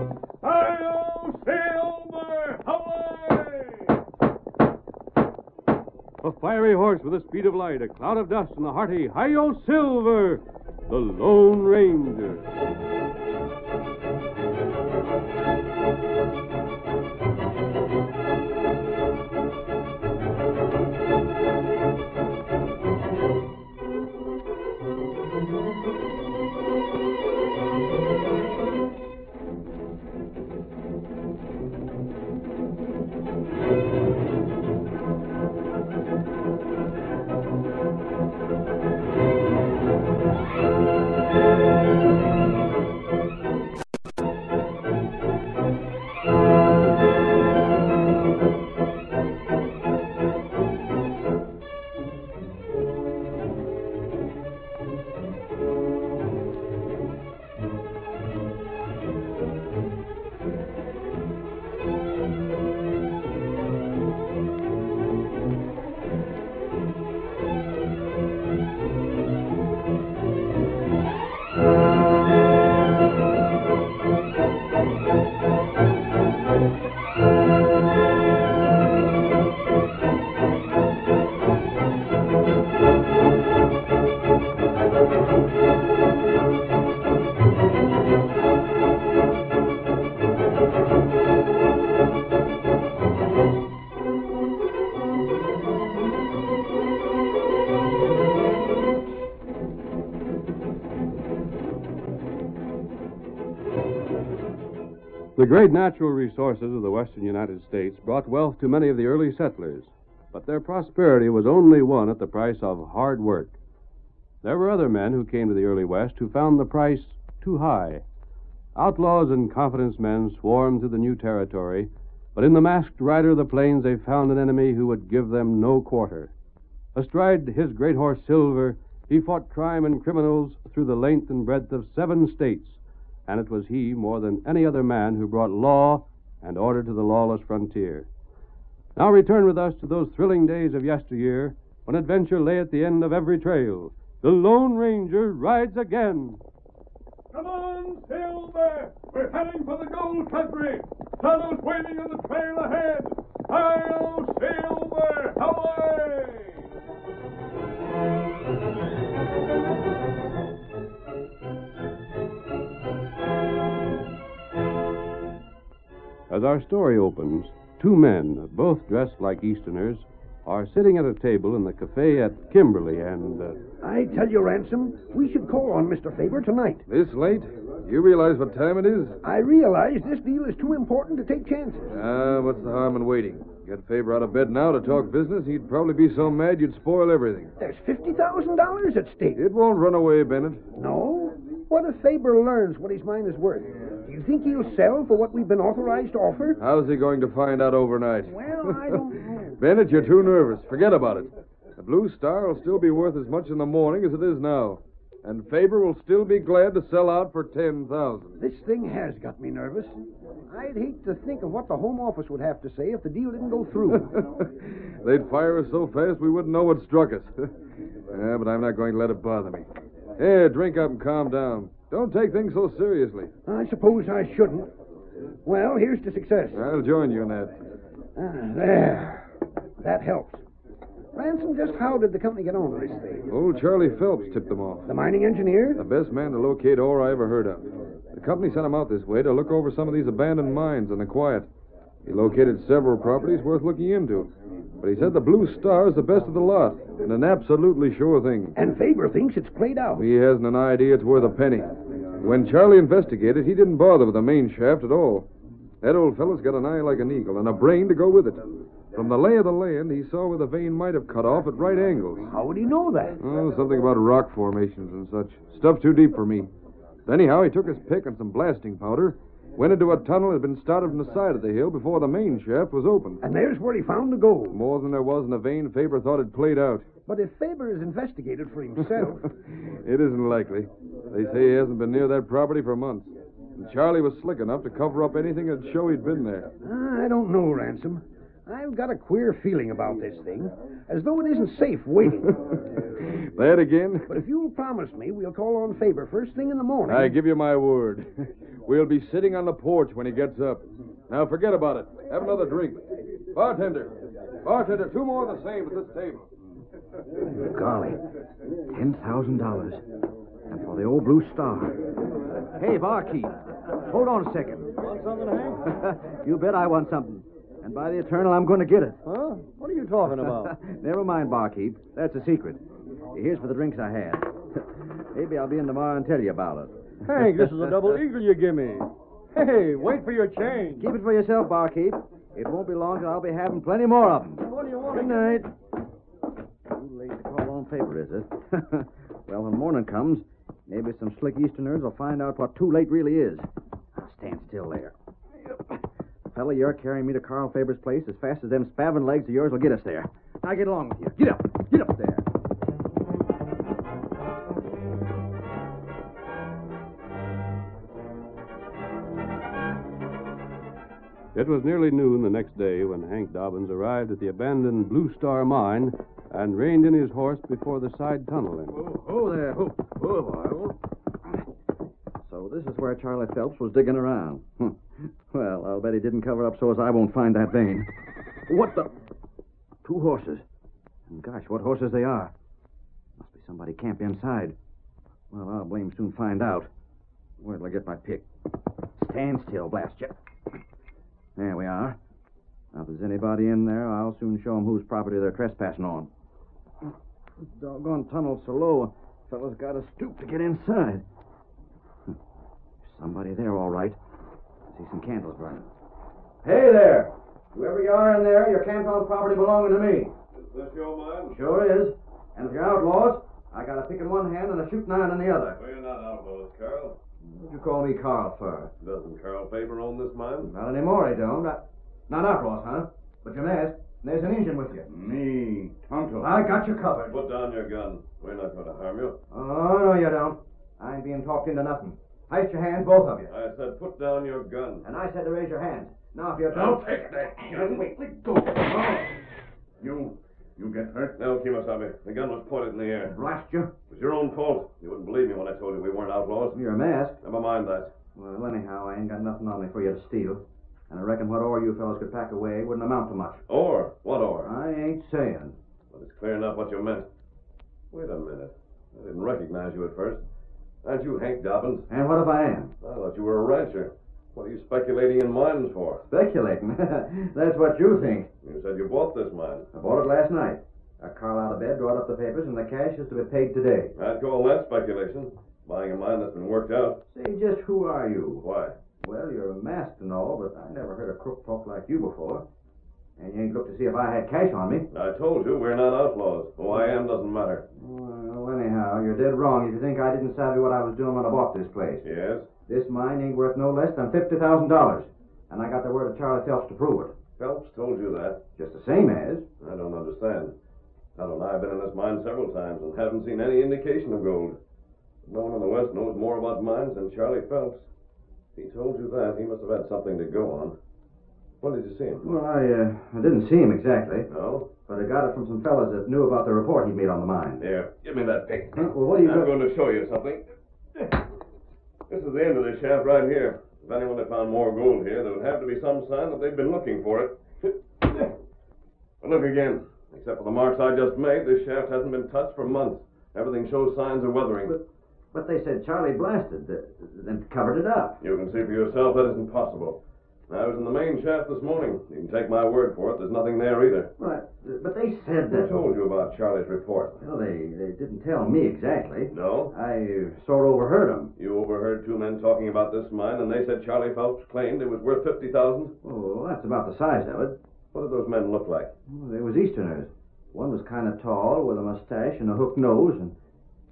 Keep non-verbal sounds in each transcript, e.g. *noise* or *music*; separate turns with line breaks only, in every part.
Hail, Silver! Away! A fiery horse with the speed of light, a cloud of dust, and a hearty Hail, Silver! The Lone Ranger. The great natural resources of the western United States brought wealth to many of the early settlers, but their prosperity was only won at the price of hard work. There were other men who came to the early West who found the price too high. Outlaws and confidence men swarmed through the new territory, but in the masked rider of the plains they found an enemy who would give them no quarter. Astride his great horse Silver, he fought crime and criminals through the length and breadth of seven states, and it was he more than any other man who brought law and order to the lawless frontier. Now return with us to those thrilling days of yesteryear when adventure lay at the end of every trail. The Lone Ranger rides again. Come on, Silver! We're heading for the gold country! Shadows waiting on the trail ahead! Hail, Silver! Away! As our story opens, two men, both dressed like Easterners, are sitting at a table in the cafe at Kimberly and. Uh,
I tell you, Ransom, we should call on Mr. Faber tonight.
this late? You realize what time it is?
I realize this deal is too important to take chances.
Ah, what's the harm in waiting? Get Faber out of bed now to talk business. He'd probably be so mad you'd spoil everything.
There's $50,000 at stake.
It won't run away, Bennett.
No? What if Faber learns what his mine is worth? Do you think he'll sell for what we've been authorized to offer?
How's he going to find out overnight?
Well,
*laughs*
I don't know.
Bennett, you're too nervous. Forget about it. The Blue Star will still be worth as much in the morning as it is now. And Faber will still be glad to sell out for 10000
This thing has got me nervous. I'd hate to think of what the Home Office would have to say if the deal didn't go through. *laughs*
They'd fire us so fast we wouldn't know what struck us. *laughs* yeah, but I'm not going to let it bother me. Here, drink up and calm down. Don't take things so seriously.
I suppose I shouldn't. Well, here's to success.
I'll join you in that.
Ah, there. That helps. Ransom, just how did the company get on with this thing?
Old Charlie Phelps tipped them off.
The mining engineer?
The best man to locate ore I ever heard of. The company sent him out this way to look over some of these abandoned mines in the quiet. He located several properties worth looking into. But he said the Blue Star is the best of the lot, and an absolutely sure thing.
And Faber thinks it's played out.
He hasn't an idea it's worth a penny. When Charlie investigated, he didn't bother with the main shaft at all. That old fellow's got an eye like an eagle and a brain to go with it.
From the lay of the land, he saw where the vein might have cut off at right angles.
How would he know that?
Oh, something about rock formations and such. Stuff too deep for me. Anyhow, he took his pick and some blasting powder, went into a tunnel that had been started from the side of the hill before the main shaft was opened.
And there's where he found the gold.
More than there was in the vein Faber thought had played out.
But if Faber is investigated for himself, *laughs*
it isn't likely. They say he hasn't been near that property for months. And Charlie was slick enough to cover up anything that'd show he'd been there.
I don't know, Ransom. I've got a queer feeling about this thing, as though it isn't safe waiting.
*laughs* That again?
but if you'll promise me we'll call on Faber first thing in the morning.
I give you my word. *laughs* We'll be sitting on the porch when he gets up. Now forget about it. Have another drink. Bartender. Bartender, two more of the same at this table.
Golly, ten thousand dollars, and for the old blue star. Hey, barkeep, hold on a second.
Want something, Hank?
you bet I want something, and by the eternal, I'm going to get it.
Huh? What are you talking
*laughs* Never mind, barkeep. That's a secret. Here's for the drinks I had. *laughs* Maybe I'll be in tomorrow and tell you about it.
Hank, this
*laughs*
is a double eagle you give me. Hey, wait for your change.
Keep it for yourself, barkeep. It won't be long till I'll be having plenty more of them.
What do you
Good night. Too late to call on paper, is it? *laughs* well, when morning comes, maybe some slick Easterners will find out what too late really is. I'll stand still there. Fella, you're carrying me to Carl Faber's place as fast as them spavin legs of yours will get us there. Now get along with you. Get up. Get up there.
It was nearly noon the next day when Hank Dobbins arrived at the abandoned Blue Star mine and reined in his horse before the side tunnel entrance.
Oh, *laughs* oh there. Oh, oh, So this is where Charlie Phelps was digging around. Hmm. Well, I'll bet he didn't cover up so as I won't find that vein. What the? Two horses. And gosh, what horses they are. Must be somebody camped inside. Well, I'll blame soon find out. Where'll I get my pick? Stand still, blast you. There we are. Now, if there's anybody in there, I'll soon show 'em whose property they're trespassing on. This doggone tunnel's so low, a fella's got to stoop to get inside. Hmm. Somebody there, all right. See some candles burning. Hey there! Whoever you are in there, your camped on property belonging to me.
Is this your mine?
Sure is. And if you're outlaws, I got a pick in one hand and a shooting iron in the other.
We're not outlaws, Carl.
What'd you call me Carl for?
Doesn't Carl Faber own this mine?
Not anymore, I don't. I, not outlaws, huh? But you're masked. and There's an engine with you.
Me, Tonto.
I got you covered.
Put down your gun. We're not going to harm you.
Oh, no, you don't. I ain't being talked into nothing. Heist your hands, both of you.
I said put down your gun.
And I said to raise your hands. Now, if you don't.
take that
Wait, wait, let go. Oh,
You, you get hurt? No, Kimosabe. The gun was pointed in the air.
blast you.
It was your own fault. You wouldn't believe me when I told you we weren't outlaws.
You're masked.
Never mind that.
Well, anyhow, I ain't got nothing on me for you to steal. And I reckon what ore you fellows could pack away wouldn't amount to much.
Or, what or?
I ain't saying.
But it's clear enough what you meant. Wait a minute. I didn't recognize you at first. Aren't you Hank Dobbins?
And what if I am?
I thought you were a rancher. What are you speculating in mines for?
Speculating. *laughs* That's what you think.
You said you bought this mine.
I bought it last night. I Carl out of bed, brought up the papers, and the cash is to be paid today.
I'd call that speculation. Buying a mine that's been worked out.
Say, just who are you?
Why?
Well, you're a masked and all, but I never heard a crook talk like you before. And you ain't looked to see if I had cash on me.
I told you we're not outlaws. Who I am doesn't matter.
Well, anyhow, you're dead wrong if you think I didn't savvy what I was doing when I bought this place.
Yes?
This mine ain't worth no less than fifty thousand dollars, and I got the word of Charlie Phelps to prove it.
Phelps told you that.
Just the same as.
I don't understand. I don't know. I've been in this mine several times and haven't seen any indication of gold. No one in the West knows more about mines than Charlie Phelps. If he told you that, he must have had something to go on. When did you see him?
Well, I uh, I didn't see him exactly,
No?
but I got it from some fellas that knew about the report he made on the mine.
Here, give me that pick.
Huh? Well, what do you
I'm
got-
going to show you something. This is the end of the shaft right here. If anyone had found more gold here, there would have to be some sign that they've been looking for it. But look again. Except for the marks I just made, this shaft hasn't been touched for months. Everything shows signs of weathering.
But they said Charlie blasted the, and covered it up.
You can see for yourself that isn't possible. I was in the main shaft this morning. You can take my word for it. There's nothing there either.
Right. But they said
Who
that.
told you about Charlie's report?
Well, they, they didn't tell me exactly.
No?
I uh, sort of overheard them.
You overheard two men talking about this mine, and they said Charlie Phelps claimed it was worth fifty thousand.
Oh, that's about the size of it.
What did those men look like?
Well, they was Easterners. One was kind of tall, with a mustache and a hooked nose, and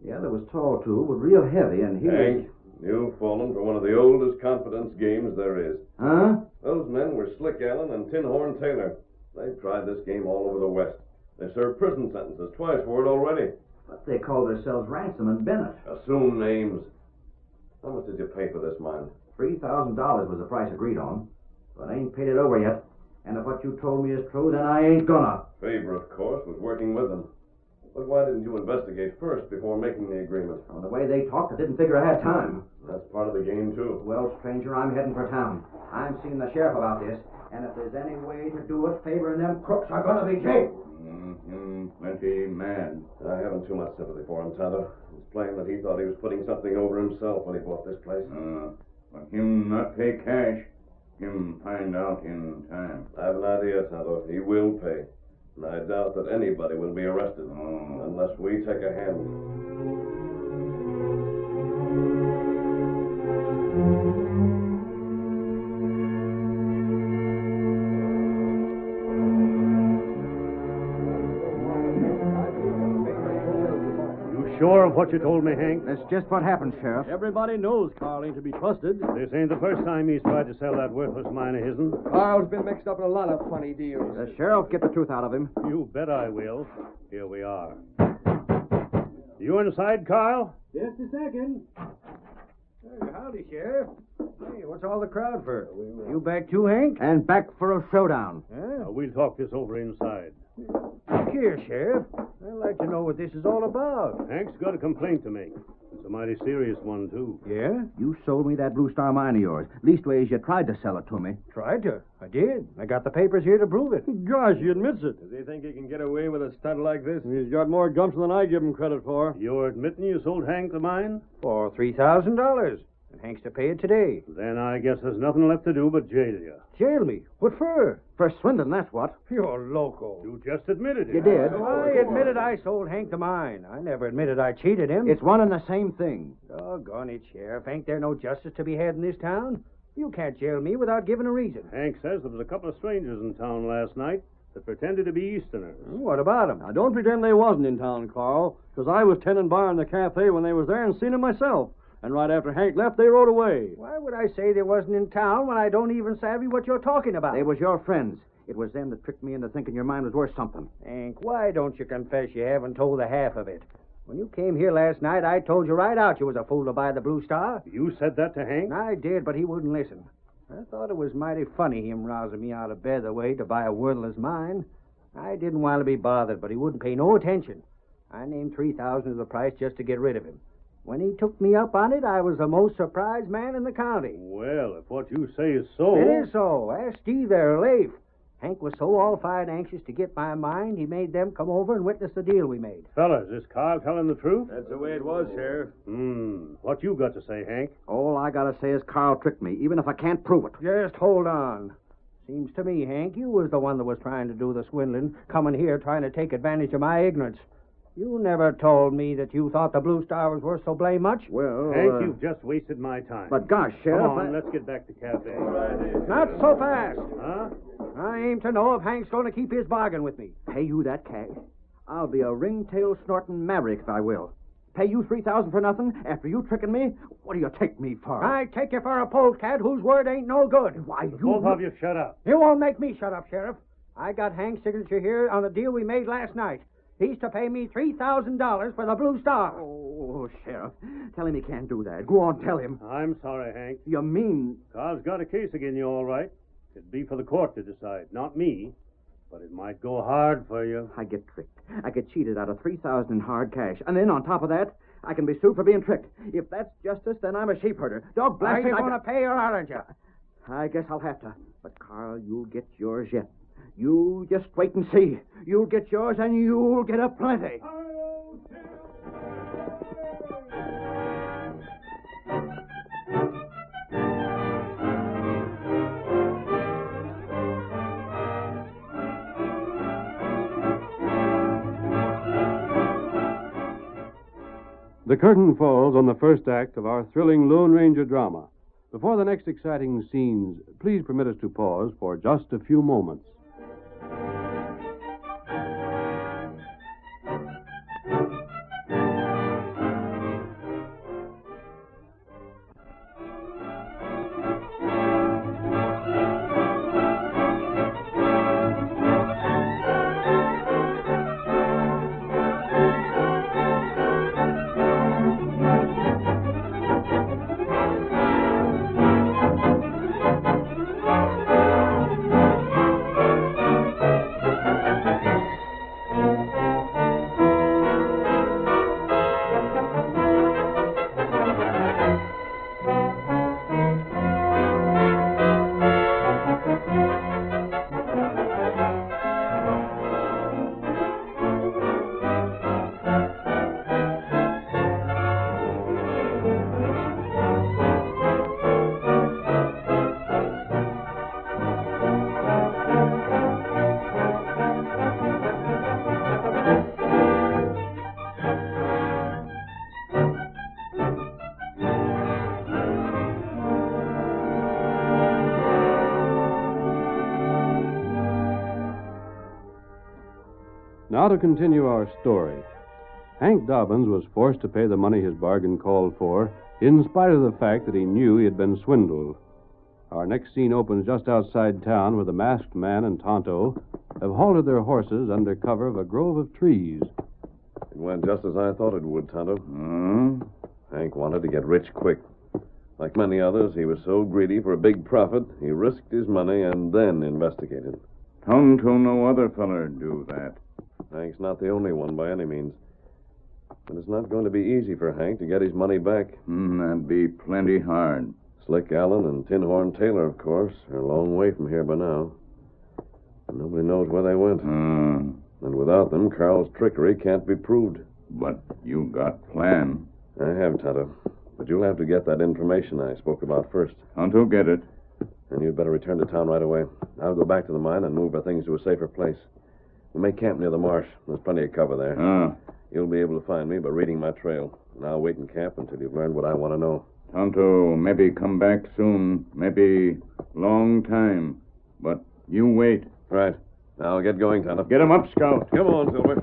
the other was tall, too, but real heavy, and he was...
Hank, you've fallen for one of the oldest confidence games there is.
Huh?
Those men were Slick Allen and Tin Horn Taylor. They've tried this game all over the West. They served prison sentences twice for it already.
But they called themselves Ransom and Bennett.
Assume names. How much did you pay for this mine?
$3,000 was the price agreed on, but I ain't paid it over yet. And if what you told me is true, then I ain't gonna.
Faber, of course, was working with them. But why didn't you investigate first before making the agreement?
Well, the way they talked, I didn't figure I had time.
That's part of the game, too.
Well, stranger, I'm heading for town. I'm seeing the sheriff about this, and if there's any way to do it, Faber and them crooks are gonna be jailed.
Mm-hmm. Plenty mad. I haven't too much sympathy for him, Tonto. It's plain that he thought he was putting something over himself when he bought this place.
But him not pay cash, him find out in time.
I have an idea, Tonto. He will pay. And I doubt that anybody will be arrested unless we take a hand.
You sure of what you told me, Hank?
That's just what happened, Sheriff.
Everybody knows Carl ain't to be trusted. This ain't the first time he's tried to sell that worthless mine of his'n.
Carl's been mixed up in a lot of funny deals.
The sheriff get the truth out of him.
You bet I will. Here we are. You inside, Carl?
Just a second. howdy, Sheriff. Hey, what's all the crowd for?
You back too, Hank? And back for a showdown.
Now, Uh, we'll talk this over inside.
Here, Sheriff. I'd like to know what this is all about.
Hank's got a complaint to make. It's a mighty serious one, too.
Yeah?
You sold me that Blue Star mine of yours. Leastways, you tried to sell it to me.
Tried to. I did. I got the papers here to prove it.
Gosh, he admits it.
Does he think he can get away with a stunt like this?
He's got more gumps than I give him credit for. You're admitting you sold Hank the mine?
For $3,000. And Hank's to pay it today.
Then I guess there's nothing left to do but jail you.
Jail me. What for?
For swindling, that's what.
You're loco.
You just admitted it.
You did.
I admitted I sold Hank the mine. I never admitted I cheated him.
It's one and the same thing.
Doggone it, Sheriff. Ain't there no justice to be had in this town? You can't jail me without giving a reason.
Hank says there was a couple of strangers in town last night that pretended to be Easterners.
What about him?
Now, don't pretend they wasn't in town, Carl, because I was tending bar in the cafe when they was there and seen 'em myself. And right after Hank left, they rode away.
Why would I say they wasn't in town when I don't even savvy what you're talking about?
They was your friends. It was them that tricked me into thinking your mine was worth something.
Hank, why don't you confess you haven't told the half of it? When you came here last night, I told you right out you was a fool to buy the Blue Star.
You said that to Hank?
And I did, but he wouldn't listen. I thought it was mighty funny him rousing me out of bed the way to buy a worthless mine. I didn't want to be bothered, but he wouldn't pay no attention. I named three thousand as the price just to get rid of him. When he took me up on it, I was the most surprised man in the county.
Well, if what you say is so.
It is so. Ask Steve there, Leif. Hank was so all fired anxious to get my mind, he made them come over and witness the deal we made.
Fellas, is Carl telling the truth?
That's the way it was, Sheriff.
Hmm. What you got to say, Hank?
All I gotta say is Carl tricked me, even if I can't prove it.
Just hold on. Seems to me, Hank, you was the one that was trying to do the swindling, coming here trying to take advantage of my ignorance. You never told me that you thought the Blue Star was worth so blame much.
Well,
Hank,
uh,
you've just wasted my time.
But gosh,
Come
Sheriff,
on,
I-
let's get back to cafe.
Not so fast.
Huh?
I aim to know if Hank's going to keep his bargain with me.
pay you that cash. I'll be a ringtail snorting maverick if I will. Pay you three thousand for nothing after you tricking me. What do you take me for?
I take you for a polecat whose word ain't no good.
Why you?
Both of you shut up.
You won't make me shut up, Sheriff. I got Hank's signature here on the deal we made last night. He's to pay me $3,000 for the Blue Star.
Oh, Sheriff, tell him he can't do that. Go on, tell him.
I'm sorry, Hank.
You mean
Carl's got a case again you, all right. It'd be for the court to decide, not me. But it might go hard for you.
I get tricked? I get cheated out of three thousand in hard cash, and then on top of that, I can be sued for being tricked. If that's justice, then I'm a sheep herder. Dog
Are
blast
you
me! I-
going to pay or aren't you?
I guess I'll have to. But Carl, you'll get yours yet. You just wait and see. You'll get yours, and you'll get a plenty.
The curtain falls on the first act of our thrilling Lone Ranger drama. Before the next exciting scenes, please permit us to pause for just a few moments.
Now to continue our story. Hank Dobbins was forced to pay the money his bargain called for, in spite of the fact that he knew he had been swindled. Our next scene opens just outside town where the masked man and Tonto have halted their horses under cover of a grove of trees.
It went just as I thought it would, Tonto.
Hmm?
Hank wanted to get rich quick. Like many others, he was so greedy for a big profit, he risked his money and then investigated.
Tonto no other feller do that.
Hank's not the only one by any means. But it's not going to be easy for Hank to get his money back.
Hmm, that'd be plenty hard.
Slick Allen and Tin Horn Taylor, of course, are a long way from here by now. And nobody knows where they went.
Hmm.
And without them, Carl's trickery can't be proved.
But you got plan.
I have, Tonto. But you'll have to get that information I spoke about first.
Tonto get it.
And you'd better return to town right away. I'll go back to the mine and move our things to a safer place. We may camp near the marsh. There's plenty of cover there.
Ah,
You'll be able to find me by reading my trail. And I'll wait in camp until you've learned what I want to know.
Tonto maybe come back soon. Maybe long time. But you wait.
Right. Now get going, Tonto.
Get him up, Scout.
Come on, Silver.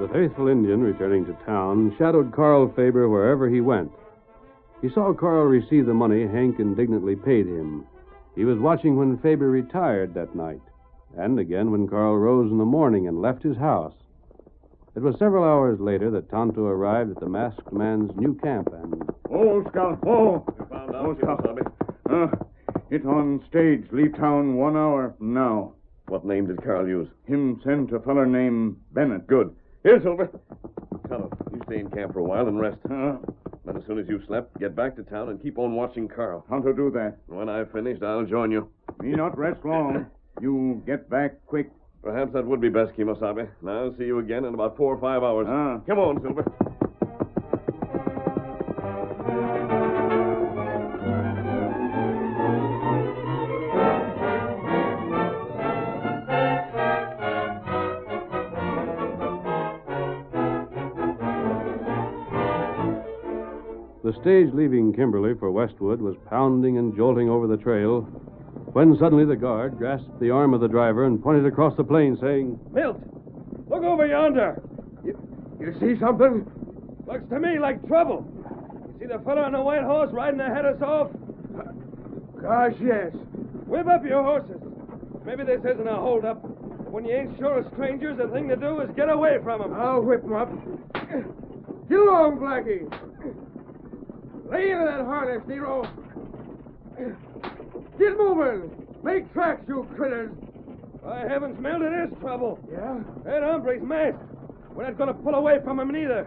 The faithful Indian returning to town shadowed Carl Faber wherever he went. He saw Carl receive the money Hank indignantly paid him. He was watching when Faber retired that night, and again when Carl rose in the morning and left his house. It was several hours later that Tonto arrived at the masked man's new camp, and
Oh, Scout. Oh.
Found
Oh, Scout. Uh, it on stage. Leave town one hour from now.
What name did Carl use?
Him sent a feller named Bennett.
Good. Here, Silver. Tonto, you stay in camp for a while and rest.
Uh,
Then, as soon as you've slept, get back to town and keep on watching Carl.
Tonto do that.
When I've finished, I'll join you.
Me not rest long. You get back quick.
Perhaps that would be best, Kimosabe. And I'll see you again in about four or five hours.
Ah.
Come on, Silver.
the stage leaving Kimberly for Westwood was pounding and jolting over the trail when suddenly the guard grasped the arm of the driver and pointed across the plain, saying,
Milt, look over yonder.
You see something?
Looks to me like trouble. You see the fellow on the white horse riding ahead of us off?
Gosh, yes.
Whip up your horses. Maybe this isn't a holdup. When you ain't sure of strangers, the thing to do is get away from them.
I'll whip 'em up. Get along, Blackie. Lay into that harness, Nero. Get moving. Make tracks, you critters.
By heavens, Milt, it is trouble.
Yeah?
That hombre's masked. We're not going to pull away from him neither.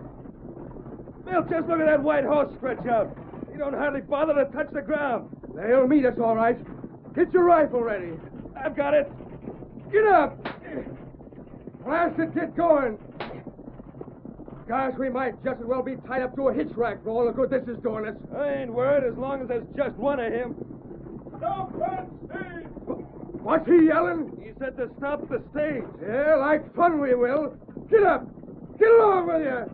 Milt, just look at that white horse stretch out. He don't hardly bother to touch the ground.
They'll meet us, all right. Get your rifle ready.
I've got it.
Get up. Blast it, get going. Gosh, we might just as well be tied up to a hitch rack for all the good this is doing us.
I ain't worried as long as there's just one of him. Stop that stage!
What's he yelling?
He said to stop the stage.
Yeah, like fun we will. Get up! Get along with you!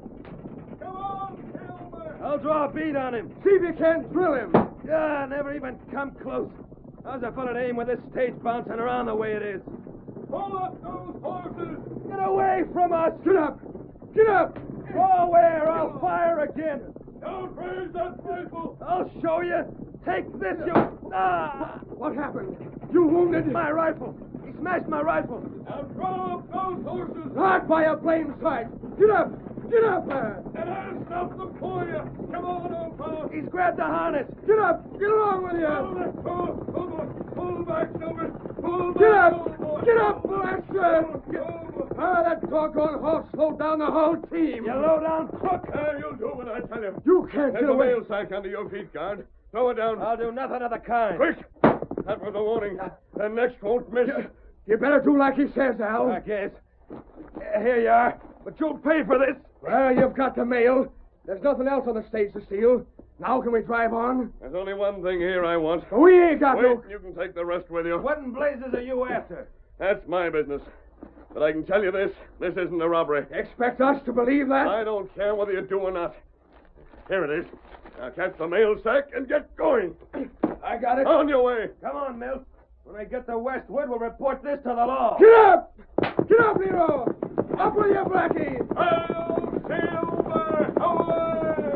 Come on, Silver! I'll draw a bead on him.
See if you can't drill him.
Yeah, never even come close. How's a fella to aim with this stage bouncing around the way it is? Pull up those horses! Get away from us!
Get up! Get up!
Go away or I'll fire again! Don't raise that rifle! I'll show you! Take this, you... Ah!
What happened? You wounded?
My rifle! He smashed my rifle! Now draw up those horses!
Not by a blame sight! Get up! Get up there!
And I'll stop them for you. Come on, old fellow. He's grabbed the harness.
Get up! Get along with you!
that horse. Pull, pull back, Silver. Pull
Get up! Get up, Blaster! Ah, that doggone horse slowed down the whole team!
You low-down crook. you'll do what I tell you.
You can't get away!
sack under your feet, guard. Throw it down. I'll do nothing of the kind. Quick! That was a warning. The next won't miss.
You better do like he says, Al.
I guess. Yeah, Here you are. But you'll pay for this.
Well, you've got the mail. There's nothing else on the stage to steal. Now can we drive on?
There's only one thing here I want.
We ain't got no...
you can take the rest with you.
What in blazes are you after?
That's my business. But I can tell you this this isn't a robbery.
Expect us to believe that?
I don't care whether you do or not.
Here it is. Now catch the mail sack and get going.
I got it.
On your way.
Come on, Milt. When I get to Westwood, we'll report this to the law.
Get up!
Get up, Nero! Up with you, Blackie!
Oh, Silver, away!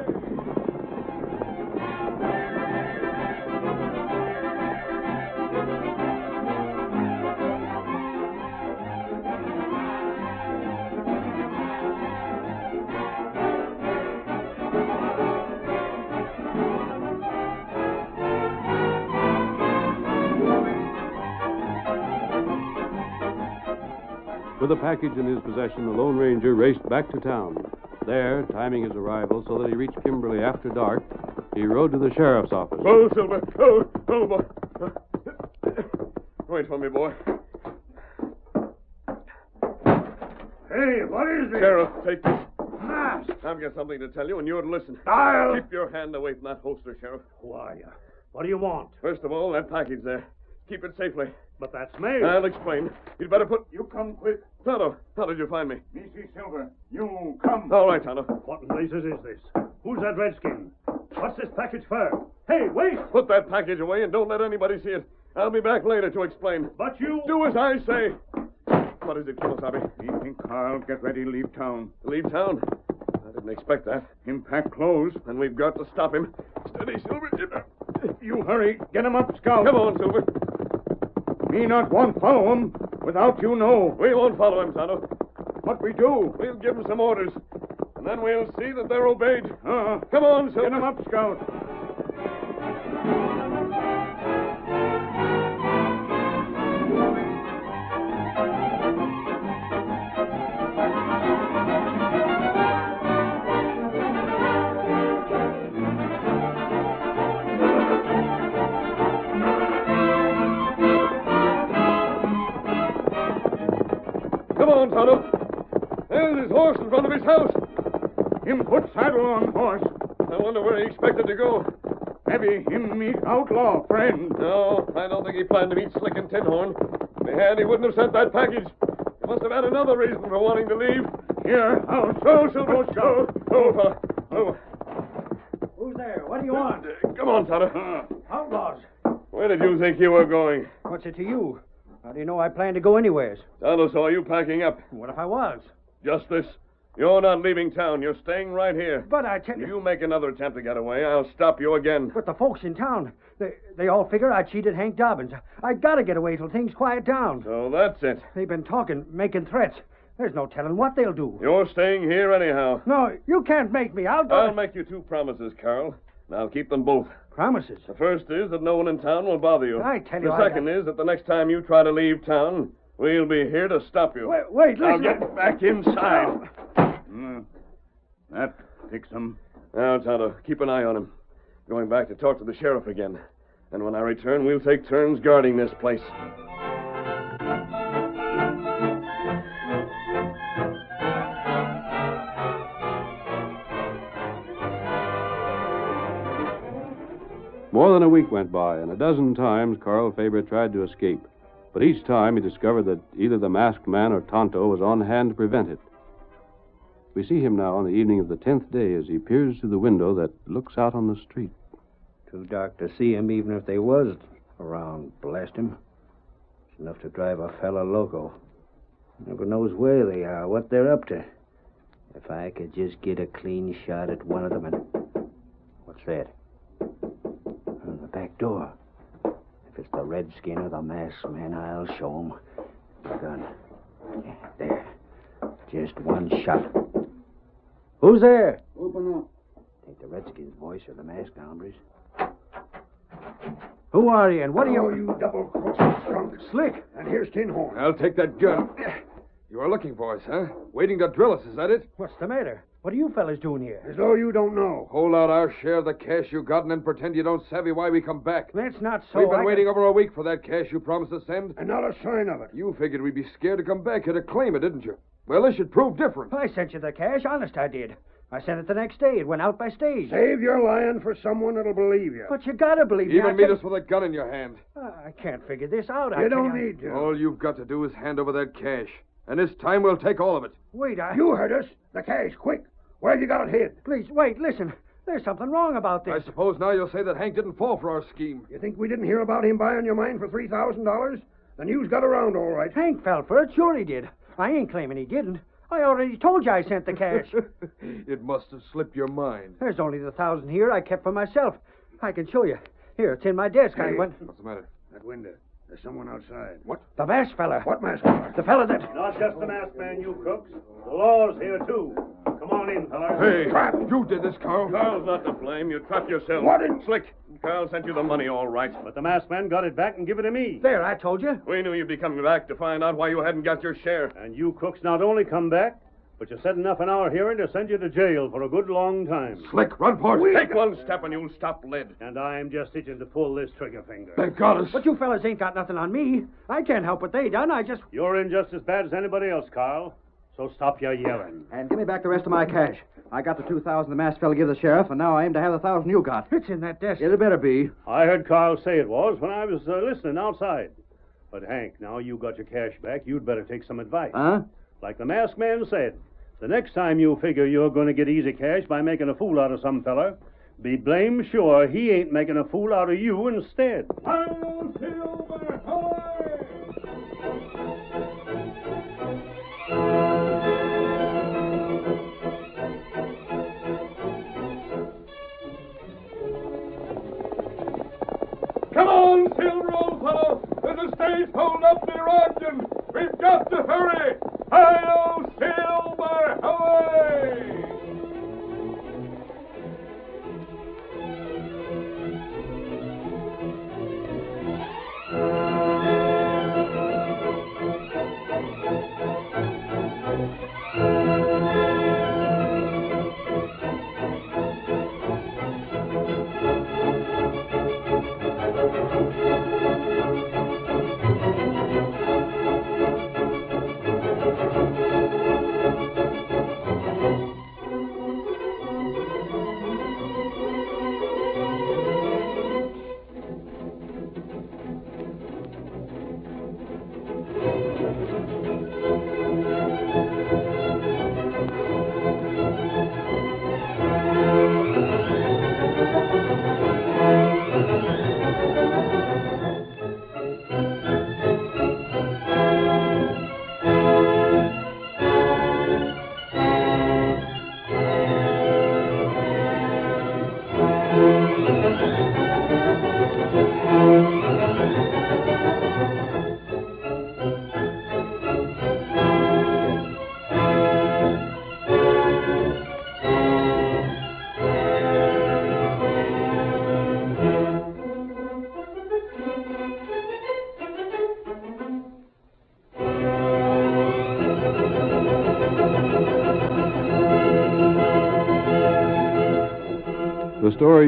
With the package in his possession, the Lone Ranger raced back to town. There, timing his arrival so that he reached Kimberly after dark, he rode to the sheriff's office.
Go, Silver. Go, go, boy. Wait for me, boy.
Hey, what is this?
Sheriff, take this.
Mask.
I've got something to tell you, and you ought to listen.
I'll- uh,
Keep your hand away from that holster, Sheriff.
Who are you? What do you want?
First of all, that package there. Keep it safely.
But that's me.
I'll explain. You'd better put.
you come quick.
Tonto, how did you find me?
Missy Silver, you come.
All right, Tonto.
What in blazes is this? Who's that redskin? What's this package for? Hey, wait!
Put that package away and don't let anybody see it. I'll be back later to explain.
But you...
Do as I say. What is it, Kimosabe?
You think Carl get ready to leave town?
Leave town. I didn't expect that.
Him pack clothes.
And we've got to stop him. Steady, Silver.
You hurry. Get him up, Scout.
Come on, Silver.
Me not want follow him without you know.
We won't follow him, Tonto.
Oh. What we do?
We'll give him some orders, and then we'll see that they're obeyed.
Uh,
Come on, Silver.
get him up, Scout.
Come on, Tonto. There's his horse in front of his house.
Him put saddle on horse.
I wonder where he expected to go.
Maybe him meet outlaw friend.
No, I don't think he planned to meet Slick and Tinhorn. If he had, he wouldn't have sent that package. He must have had another reason for wanting to leave. Oh,
Here, house.
Go, Silver. Go, go, fella. Go.
Who's there? What do you want?
Come on,
Uh-huh.
Tonto.
Outlaws.
Where did you think you were going?
What's it to you? How do you know I plan to go anywheres?
Tonto saw you packing up.
What if I was?
Just this. You're not leaving town. You're staying right here.
But I tell you.
You make another attempt to get away, I'll stop you again.
But the folks in town, they, they all figure I cheated Hank Dobbins. I gotta get away till things quiet down.
So that's it.
They've been talking, making threats. There's no telling what they'll do.
You're staying here anyhow.
No, you can't make me out.
I'll make you two promises, Carl. And I'll keep them both.
Promises.
The first is that no one in town will bother you.
I tell you,
The
I-
second is that the next time you try to leave town, we'll be here to stop you.
Wait, wait,
Now
listen. Oh.
get back inside.
That fix him.
Now, Tonto, keep an eye on him. Going back to talk to the sheriff again. And when I return, we'll take turns guarding this place.
More than a week went by, and a dozen times Carl Faber tried to escape. But each time he discovered that either the masked man or Tonto was on hand to prevent it. We see him now on the evening of the tenth day as he peers through the window that looks out on the street.
Too dark to see him, even if they was around, blast him. It's enough to drive a fella loco. Never knows where they are, what they're up to. If I could just get a clean shot at one of them and. What's that? Oh, the back door. If it's the redskin or the masked man, I'll show 'em. The gun. Yeah, there. Just one shot. Who's there?
Open up.
Ain't the Redskins' voice or the masked hombres. Who are you and what are you?
you double-crossed skunk.
Slick.
And here's Tinhorn.
I'll take that gun. You are looking for us, huh? Waiting to drill us, is that it?
What's the matter? What are you fellas doing here?
As though you don't know.
Hold out our share of the cash you got and then pretend you don't savvy why we come back.
That's not so.
We've been
I-
waiting over a week for that cash you promised to send.
And not a sign of it.
You figured we'd be scared to come back here to claim it, didn't you? Well, this should prove different.
I sent you the cash. Honest, I did. I sent it the next day. It went out by stage.
Save your lying for someone that'll believe you.
But you gotta believe me. I
Even meet
can't- Ah,
us with a gun in your hand.
I can't figure this out. I
you don't
can't-
need to.
All you've got to do is hand over that cash. And this time we'll take all of it.
Wait, I.
You heard us. The cash, quick. Where you got it hid?
Please, wait, listen. There- There's something wrong about this.
I suppose now you'll say that Hank didn't fall for our scheme.
You think we didn't hear about him buying your mine for $3,000? The news got around all right.
Hank fell for it. Sure he did. I ain't claiming he didn't. I already told you I sent the cash.
*laughs*
*laughs*
it must have slipped your mind.
There's only the thousand here I kept for myself. I can show you. Here, it's in my desk. I
Hey.
went.
What's the matter?
That window. There's someone outside.
What?
The masked fella.
What masked fella?
The fella that.
Not just the masked man, you crooks. The law's here, too. Come on in, fellas.
Hey, you did this, Carl.
Carl's not to blame. You trapped yourself.
What in-
Slick, Carl sent you the money all right. But the masked man got it back and give it to me.
There, I told you.
We knew you'd be coming back to find out why you hadn't got your share. And you crooks not only come back, but you said enough in our hearing to send you to jail for a good long time.
Slick, run for it.
Take one step and you'll stop lead. And I'm just itching to pull this trigger finger.
They've got us.
But you fellas ain't got nothing on me. I can't help what they done. I just.
You're in just as bad as anybody else, Carl. So stop your yelling.
And give me back the rest of my cash. I got the 2000 the masked fella gave the sheriff, and now I aim to have the 1000 you got.
It's in that desk.
It'd better be.
I heard Carl say it was when I was uh, listening outside. But, Hank, now you got your cash back, you'd better take some advice.
Huh?
Like the masked man said, the next time you figure you're going to get easy cash by making a fool out of some feller, be blame sure he ain't making a fool out of you instead.
Come on, Silver, old fellow. There's a stage hold up near Ogden. We've got to hurry. Hi-yo, Silver, away!
The story